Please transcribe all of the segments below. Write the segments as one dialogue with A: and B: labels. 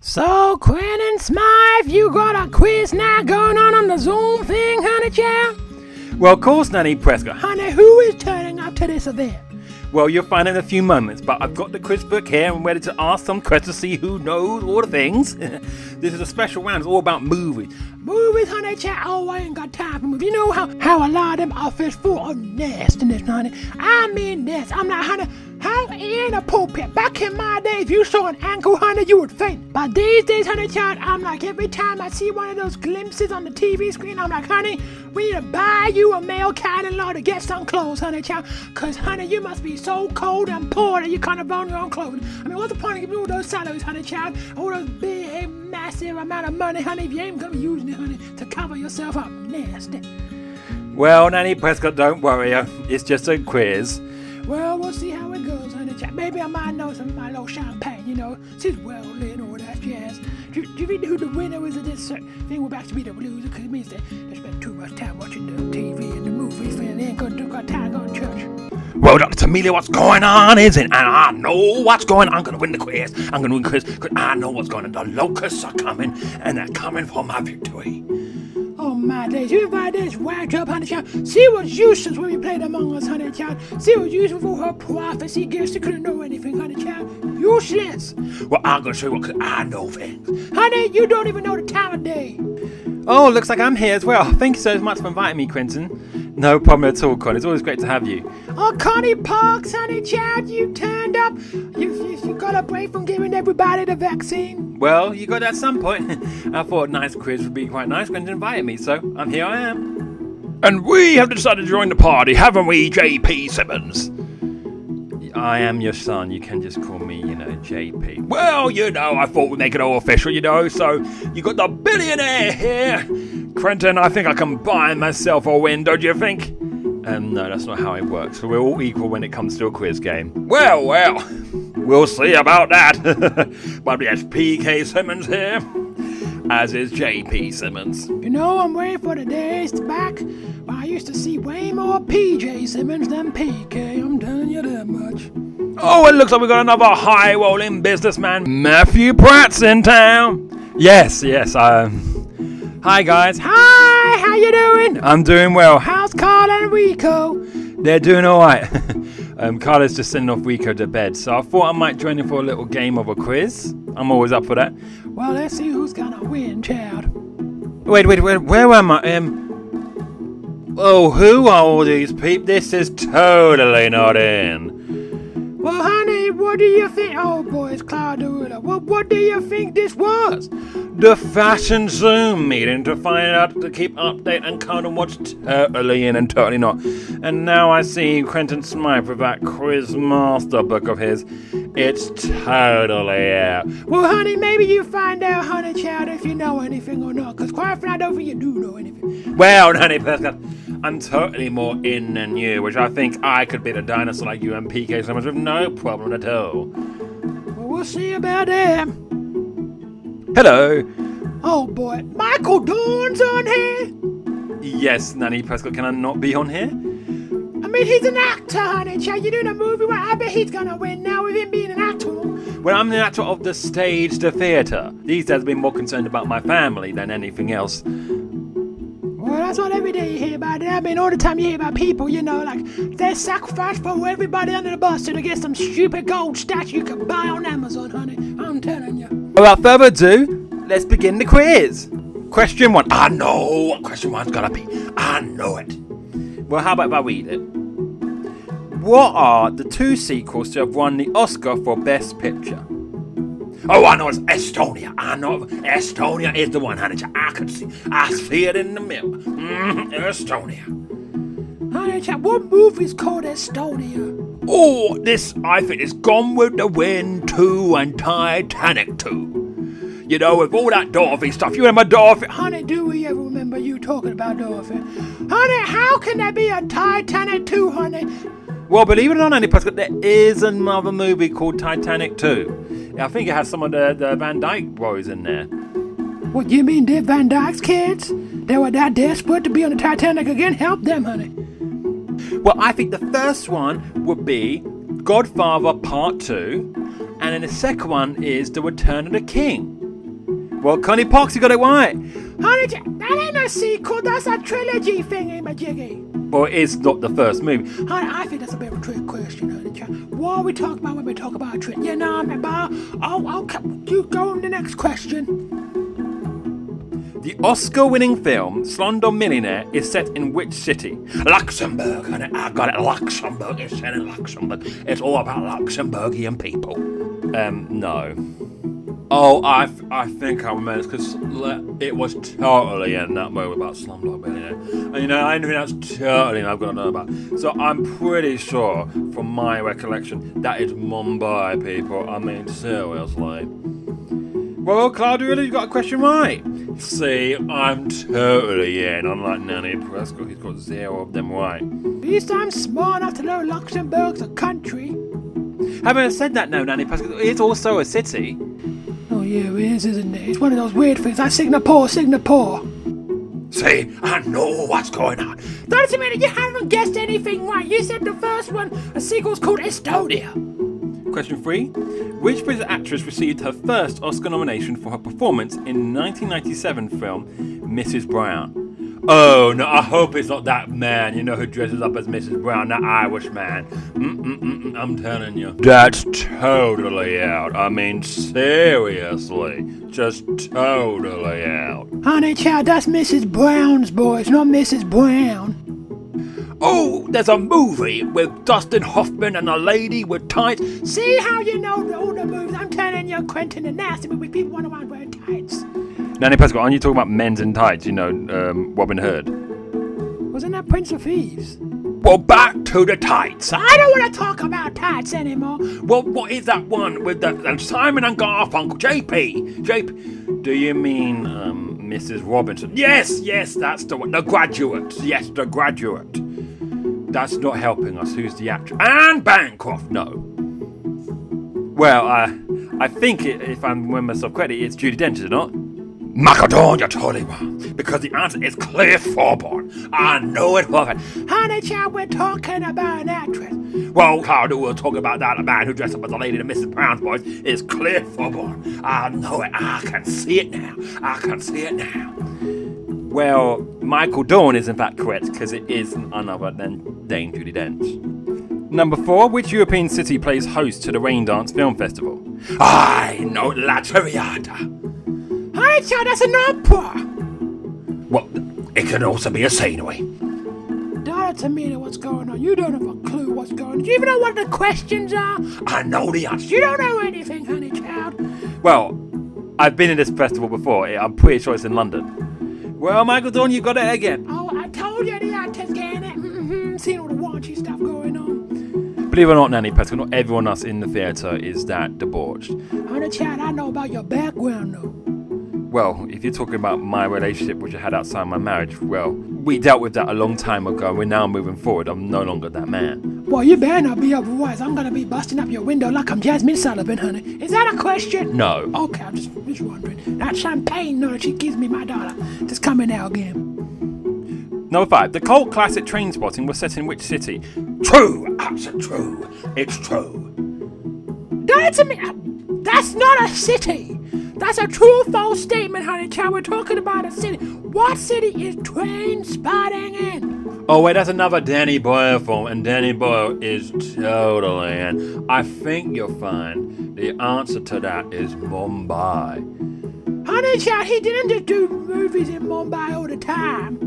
A: So, Quinn and Smythe, you got a quiz now going on on the Zoom thing, honey child?
B: Well, of course, Nanny Prescott.
A: Honey, who is turning up to this event?
B: Well, you'll find out in a few moments, but I've got the quiz book here and ready to ask some questions to see who knows all the things. this is a special round, it's all about movies.
A: Movies, honey child, oh, I ain't got time for movies. You know how, how a lot of them office full of nastiness, honey? I mean this. I'm not, honey, how in a pulpit? Back in my day, if you saw an ankle, honey, you would faint. But these days, honey child, I'm like, every time I see one of those glimpses on the TV screen, I'm like, honey, we need to buy you a mail catalog to get some clothes, honey child. Cause, honey, you must be so cold and poor that you can't afford your own clothes. I mean, what's the point of giving all those salaries, honey child? All those big, massive amount of money, honey, if you ain't gonna be using it, honey, to cover yourself up. Nasty.
B: Well, Nanny Prescott, don't worry, uh, it's just a quiz.
A: Well, we'll see how it goes, honey child. Maybe I might know some of my little champagne, you know. She's well lit and all that jazz. Do, you- do you think who the winner is of this uh, thing will actually be the loser? Because it means that they spend too much time watching the TV and the movies and they ain't gonna do got time going to church.
B: Well, Dr. Amelia, what's going on, isn't And I know what's going on. I'm going to win the quiz. I'm going to win the quiz 'cause I know what's going on. The locusts are coming, and they're coming for my victory.
A: Oh my days, you invited this whacked up, honey child. She was useless when we played Among Us, honey child. She was useless for her prophecy gifts. She couldn't know anything, honey child. Useless.
B: Well, I'm going to show you what 'cause I know things.
A: Honey, you don't even know the time of day.
B: Oh, looks like I'm here as well. Thank you so much for inviting me, Quentin. No problem at all, Con. It's always great to have you.
A: Oh, Connie Parks, honey child, you turned up. You, you, you got a break from giving everybody the vaccine.
B: Well, you got it at some point. I thought a nice quiz would be quite nice. Quentin invited me, so I'm here I am. And we have decided to join the party, haven't we, JP Simmons? I am your son. You can just call me, you know, JP. Well, you know, I thought we'd make it all official, you know. So you got the billionaire here, Quentin. I think I can buy myself a win. Don't you think? Um, no, that's not how it works. We're all equal when it comes to a quiz game. Well, well, we'll see about that. but yes, PK Simmons here, as is JP Simmons.
A: You know, I'm waiting for the days to back. But I used to see way more PJ Simmons than PK. I'm telling you that much.
B: Oh, it looks like we got another high rolling businessman, Matthew Pratt's in town. Yes, yes. Um, hi guys.
A: Hi, how you doing?
B: I'm doing well.
A: How's Carl and Rico?
B: They're doing all right. um, Carla's just sending off Rico to bed, so I thought I might join in for a little game of a quiz. I'm always up for that.
A: Well, let's see who's gonna win, child.
B: Wait, wait, wait. Where am I? Um. Oh, who are all these people? This is totally not in.
A: Well, honey, what do you think? Oh, boy, it's Cloud Derulo. Well, what do you think this was?
B: The fashion Zoom meeting to find out to keep update and count on what's totally in and totally not. And now I see Quentin Smythe with that quiz master book of his. It's totally out.
A: Well, honey, maybe you find out, honey, child, if you know anything or not. Because quite frankly, I don't think you do know anything.
B: Well, Nanny Prescott, I'm totally more in than you, which I think I could beat a dinosaur like you and PK Summers with no problem at all.
A: Well, we'll see about that.
B: Hello.
A: Oh, boy, Michael Dorn's on here.
B: Yes, Nanny Prescott, can I not be on here?
A: I mean, he's an actor, honey, child. You're doing a movie where I bet he's going to win now with him being an actor.
B: Well, I'm the actor of the stage, the theatre. These days I've been more concerned about my family than anything else.
A: Well, that's what every day you hear about it. I mean, all the time you hear about people, you know, like they sacrifice for everybody under the bus so they get some stupid gold statue you can buy on Amazon, honey. I'm telling you.
B: Without further ado, let's begin the quiz. Question one. I know what question one's gonna be. I know it. Well, how about if I read it? What are the two sequels to have won the Oscar for Best Picture? Oh, I know it's Estonia. I know Estonia is the one, honey. I can see. I see it in the mirror. Mm, Estonia.
A: Honey, child, what movie's called Estonia?
B: Oh, this I think is Gone with the Wind 2 and Titanic 2. You know, with all that Dorothy stuff. You remember Dorothy?
A: Honey, do we ever remember you talking about Dorothy? Honey, how can there be a Titanic 2, honey?
B: Well, believe it or not, Andy Prescott, there is another movie called Titanic 2. I think it has some of the, the Van Dyke boys in there.
A: What, you mean did Van Dyke's kids? They were that desperate to be on the Titanic again? Help them, honey.
B: Well, I think the first one would be Godfather Part 2, and then the second one is The Return of the King. Well, Connie Pox, you got it right.
A: Honey, j- that ain't a sequel. That's a trilogy thingy, my jiggy.
B: Well, it's not the first movie.
A: Honey, I think that's a bit of a trick question, honey. Ch- What we talk about when we talk about a trick? You know, I'm about. Oh, okay. You go on the next question.
B: The Oscar winning film Slumdog Millionaire is set in which city? Luxembourg, honey. I got it. Luxembourg. It's set in Luxembourg. It's all about Luxembourgian people. Um, no. Oh, I, th- I think I remember because it was totally in that movie about Slumdog Millionaire. And you know, I think that's totally I've got to know about. So I'm pretty sure, from my recollection, that is Mumbai, people. I mean, seriously. Well, Claudia, really, you got a question right. See, I'm totally in. Unlike Nanny Prescott, he's got zero of them right.
A: At least I'm smart enough to know Luxembourg's a country.
B: Having said that, no, Nanny Prescott is also a city.
A: Oh, yeah, it is, isn't it? It's one of those weird things. Like Singapore, Singapore.
B: See, I know what's going on.
A: That's a minute, you haven't guessed anything right. You said the first one, a sequel's called Estonia.
B: Question three Which British actress received her first Oscar nomination for her performance in 1997 film Mrs. Brown? Oh no, I hope it's not that man, you know, who dresses up as Mrs. Brown, that Irish man. Mm-mm-mm, I'm telling you. That's totally out. I mean, seriously. Just totally out.
A: Honey, child, that's Mrs. Brown's boys, not Mrs. Brown.
B: Oh, there's a movie with Dustin Hoffman and a lady with tights.
A: See how you know the- all the moves? I'm telling you, Quentin and Nasty, but we people run around wearing tights.
B: Nanny Pascal, aren't you talking about men's in tights, you know, um, Robin Hood?
A: Wasn't that Prince of Thieves?
B: Well, back to the tights.
A: I don't want to talk about tights anymore.
B: Well, what is that one with the and Simon and Garfunkel? JP, JP. Do you mean um, Mrs. Robinson? Yes, yes, that's the one. The graduate. Yes, the graduate. That's not helping us. Who's the actor? And Bancroft. No. Well, I, I think i if I'm when myself credit, it's Judy Dench, is it not? Macadon, you're totally wrong. Because the answer is Claire Forborn. I know it for a fact.
A: Honey, child, we're talking about an actress.
B: Well, Carter, we'll talk about that. A man who dressed up as a lady to Mrs. Brown's boys is Cliff Forborn. I know it. I can see it now. I can see it now. Well, Michael Dawn is in fact correct because it is none other than Dame Judy Dench. Number four, which European city plays host to the Rain Dance Film Festival? I know La Traviata.
A: Honey, child, that's an opera.
B: Well, it could also be a scenery.
A: Donna Tamina, what's going on? You don't have a clue what's going on. Do you even know what the questions are?
B: I know the answer.
A: You don't know anything, honey, child.
B: Well, I've been in this festival before. I'm pretty sure it's in London. Well, Michael Dawn, you got it again.
A: Oh, I told you the actors getting it. Mm-hmm. Seen all the raunchy stuff going on.
B: Believe it or not, Nanny Pascal, not everyone else in the theatre is that debauched.
A: Honey, child, I know about your background though.
B: Well, if you're talking about my relationship, which I had outside my marriage, well, we dealt with that a long time ago. and We're now moving forward. I'm no longer that man.
A: Boy, you better not be otherwise. I'm gonna be busting up your window like I'm Jasmine Sullivan, honey. Is that a question?
B: No.
A: Okay, I'm just, just wondering. That champagne, no, she gives me my dollar. Just coming out again.
B: Number five, the cult classic Train Spotting was set in which city? True, absolute true. It's true.
A: That's a mi- That's not a city. That's a true false statement, honey child. We're talking about a city. What city is train spotting in?
B: Oh wait, that's another Danny Boyle film, and Danny Boyle is totally in. I think you'll find the answer to that is Mumbai.
A: Honey child, he didn't just do movies in Mumbai all the time.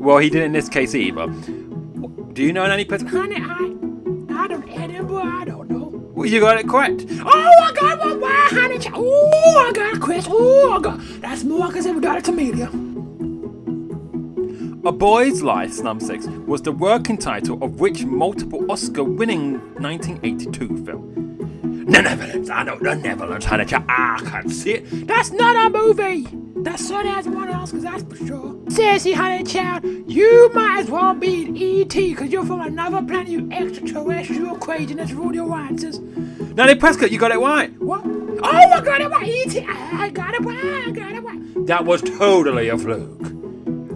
B: Well, he didn't in this case either. Do you know any person?
A: Honey, I, I don't Edinburgh. I don't know.
B: Well, you got it correct.
A: Oh, I got one more, honey. Ch- oh, I got Chris. Oh, I got. That's more because we got it to media.
B: A Boy's Life, Slum 6, was the working title of which multiple Oscar winning 1982 film? The Netherlands, I know, the Netherlands, honey, I can see it.
A: That's not a movie. That son has one else, because that's for sure. Seriously, honey child, you might as well be an ET, because you're from another planet, you extraterrestrial craziness with all your answers.
B: Nanny Prescott, you got it right.
A: What? Oh, I got it right, ET. I I got it right, I got it right.
B: That was totally a fluke.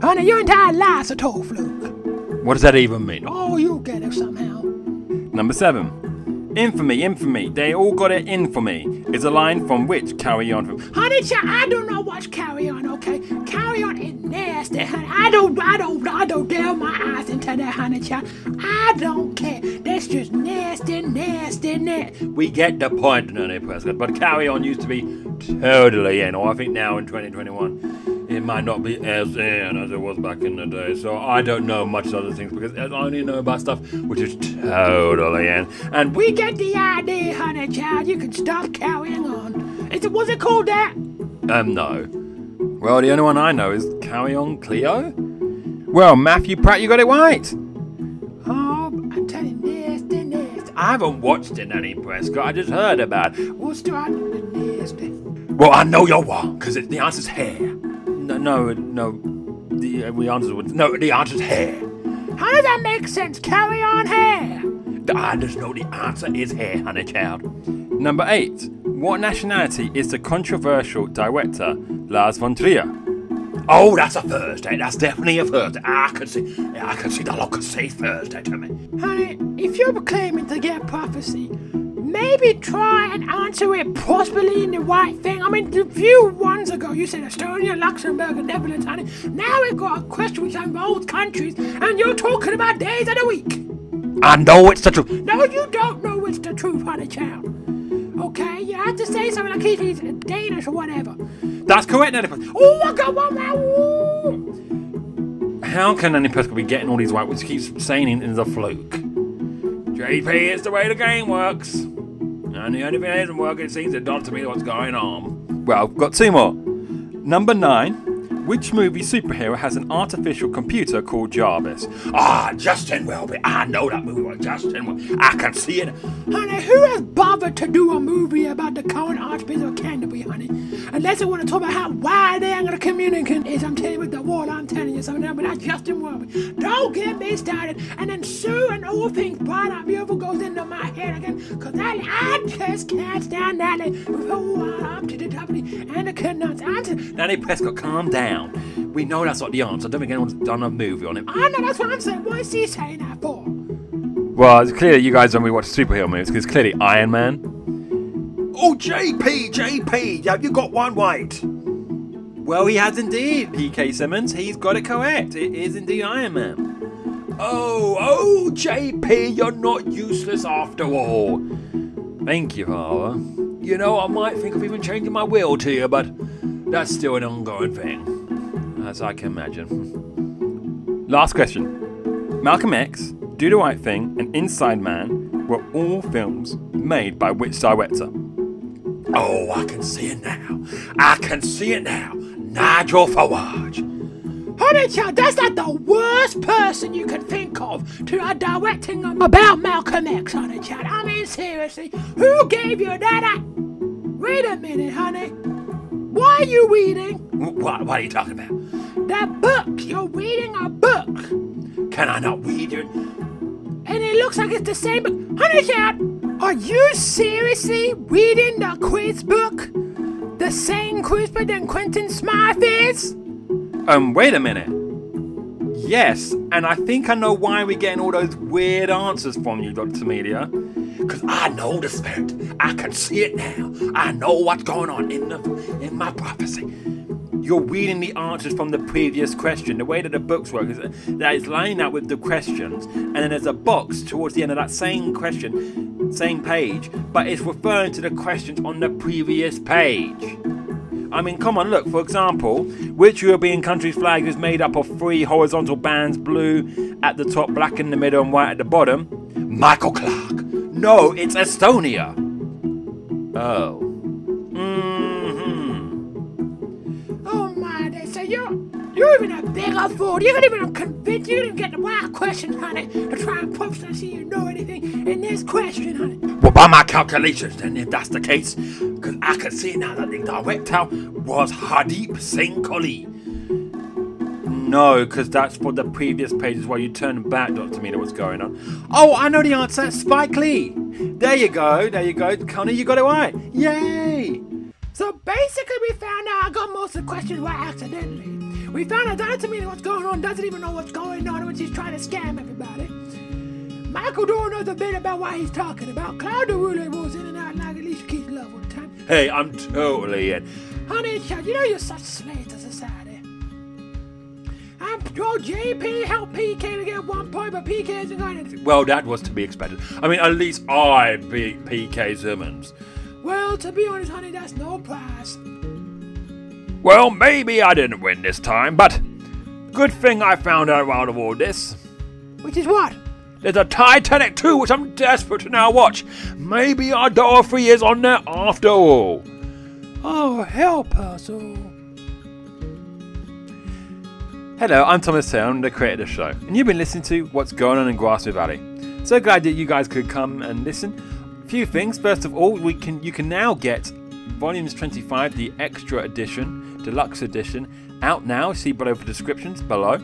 A: Honey, your entire life's a total fluke.
B: What does that even mean?
A: Oh, you get it somehow.
B: Number seven. Infamy, infamy, they all got it in for me, is a line from which Carry On from.
A: Honey, child, I do not watch Carry On, okay? Carry On is nasty, honey. I don't, I don't, I don't dare my eyes into that, honey, child. I don't care. That's just nasty, nasty, nasty.
B: We get the point, Nene Prescott, but Carry On used to be totally in, or I think now in 2021 it might not be as in as it was back in the day. So I don't know much other things because I only know about stuff which is totally in. And we
A: We get the idea, honey, child. You can stop carrying on. It's, was it called that?
B: Um, no. Well, the only one I know is Carry On Cleo? Well, Matthew Pratt, you got it right!
A: Oh, I'm telling you, nasty, nasty.
B: I haven't watched it, Nanny Prescott, I just heard about it.
A: What's the nasty?
B: Well, I know you're wrong, because the answer's hair. No, no, no. The, uh, the answer was. No, the answer's hair.
A: How does that make sense? Carry on hair.
B: I just know the answer is hair, honey child. Number eight. What nationality is the controversial director Lars von Trier? Oh, that's a Thursday. That's definitely a Thursday. I can see. I can see the look of see Thursday to me.
A: Honey, if you're claiming to get prophecy, maybe try and answer it properly in the right thing. I mean, the few ones ago you said Estonia, Luxembourg, and Netherlands, honey. Now we've got a question which involves countries, and you're talking about days of the week.
B: I know it's the truth.
A: No, you don't know it's the truth, honey child. Okay, you have to say something like it is Danish or whatever.
B: That's correct, Nanny Prescott.
A: Oh, I got one more. Ooh.
B: How can Nanny Prescott be getting all these right? Which keeps saying is a fluke. JP, it's the way the game works. And the only thing that isn't working seems to not to be what's going on. Well, I've got two more. Number nine. Which movie superhero has an artificial computer called Jarvis? Ah, Justin Welby. I know that movie. was Justin Welby. I can see it.
A: Honey, who has bothered to do a movie about the current Archbishop of Canterbury, honey? Unless they want to talk about how wide the Anglican Communion is. I'm telling you with the wall, I'm telling you something, but that's Justin Welby. Don't get me started. And then Sue and all things bright and beautiful goes into my head again, because I, I just can't stand that. Like, oh, I'm to the top of the Anglican nuts. I'm to,
B: Nanny Prescott, calm down. We know that's not the answer. I don't think anyone's done a movie on him.
A: I know that's what I'm saying. What is he saying that for?
B: Well, it's clear you guys when we watch superhero movies because clearly Iron Man. Oh, JP, JP, have you got one right? Well, he has indeed, PK Simmons. He's got it correct. It is indeed Iron Man. Oh, oh, JP, you're not useless after all. Thank you, Hara. You know, I might think of even changing my will to you, but that's still an ongoing thing, as I can imagine. Last question. Malcolm X, Do the Right Thing, and Inside Man were all films made by which director? Oh, I can see it now. I can see it now. Nigel Farage.
A: Honey child, that's like the worst person you can think of to are directing them about Malcolm X, honey child. I mean, seriously, who gave you that? I- Wait a minute, honey. Why are you reading
B: What, what are you talking about?
A: that book? You're reading a book,
B: Can I not read you?
A: and it looks like it's the same book. Honey child, are you seriously reading the quiz book? The same quiz book that Quentin Smythe is?
B: Um, wait a minute. Yes, and I think I know why we're getting all those weird answers from you, Dr. Media. Because I know the spirit. I can see it now. I know what's going on in, the, in my prophecy. You're reading the answers from the previous question. The way that the books work is that it's lining up with the questions, and then there's a box towards the end of that same question, same page, but it's referring to the questions on the previous page. I mean, come on, look, for example, which European country's flag is made up of three horizontal bands blue at the top, black in the middle, and white at the bottom? Michael Clark. No, it's Estonia. Oh. hmm
A: Oh my day, so you're you're even a bigger fool. You're not even convinced. You didn't get the wild question, honey, to try and prove to see you know anything in this question, honey.
B: Well, by my calculations, then, if that's the case, because I can see now that the director was Hardeep Singh Kohli. No, because that's for the previous pages while you turn back, Dr. Mina, what's going on. Oh, I know the answer Spike Lee. There you go, there you go. Connie, you got it right. Yay!
A: So basically, we found out I got most of the questions right accidentally. We found out that to me what's going on doesn't even know what's going on when she's trying to scam everybody. Michael Dorn knows a bit about what he's talking about. Cloud Derulo rolls in and out like Alicia Keys' love one time.
B: Hey, I'm totally in.
A: Honey, child, you know you're such slaves to society. Um, I'm well, JP helped PK to get one point, but PK isn't going to.
B: Well, that was to be expected. I mean, at least I beat PK Simmons.
A: Well, to be honest, honey, that's no prize.
B: Well, maybe I didn't win this time, but good thing I found out out of all this.
A: Which is what?
B: There's a Titanic 2 which I'm desperate to now watch. Maybe our Dorothy is on there after all.
A: Oh, help us all.
B: Hello, I'm Thomas Taylor, I'm the creator of the show, and you've been listening to What's Going On in Grassmere Valley. So glad that you guys could come and listen. A few things. First of all, we can you can now get Volumes 25, the extra edition, deluxe edition, out now. See below for descriptions below.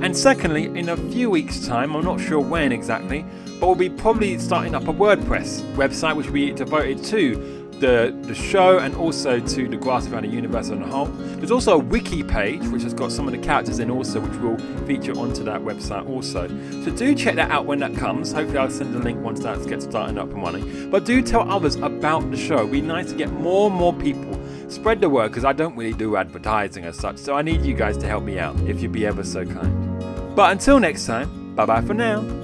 B: And secondly, in a few weeks' time, I'm not sure when exactly, but we'll be probably starting up a WordPress website which will be devoted to the, the show and also to the Grass Valley universe on the whole. There's also a wiki page which has got some of the characters in also, which will feature onto that website also. So do check that out when that comes. Hopefully, I'll send a link once that gets started up and running. But do tell others about the show. It'd be nice to get more and more people. Spread the word because I don't really do advertising as such, so I need you guys to help me out if you'd be ever so kind. But until next time, bye bye for now.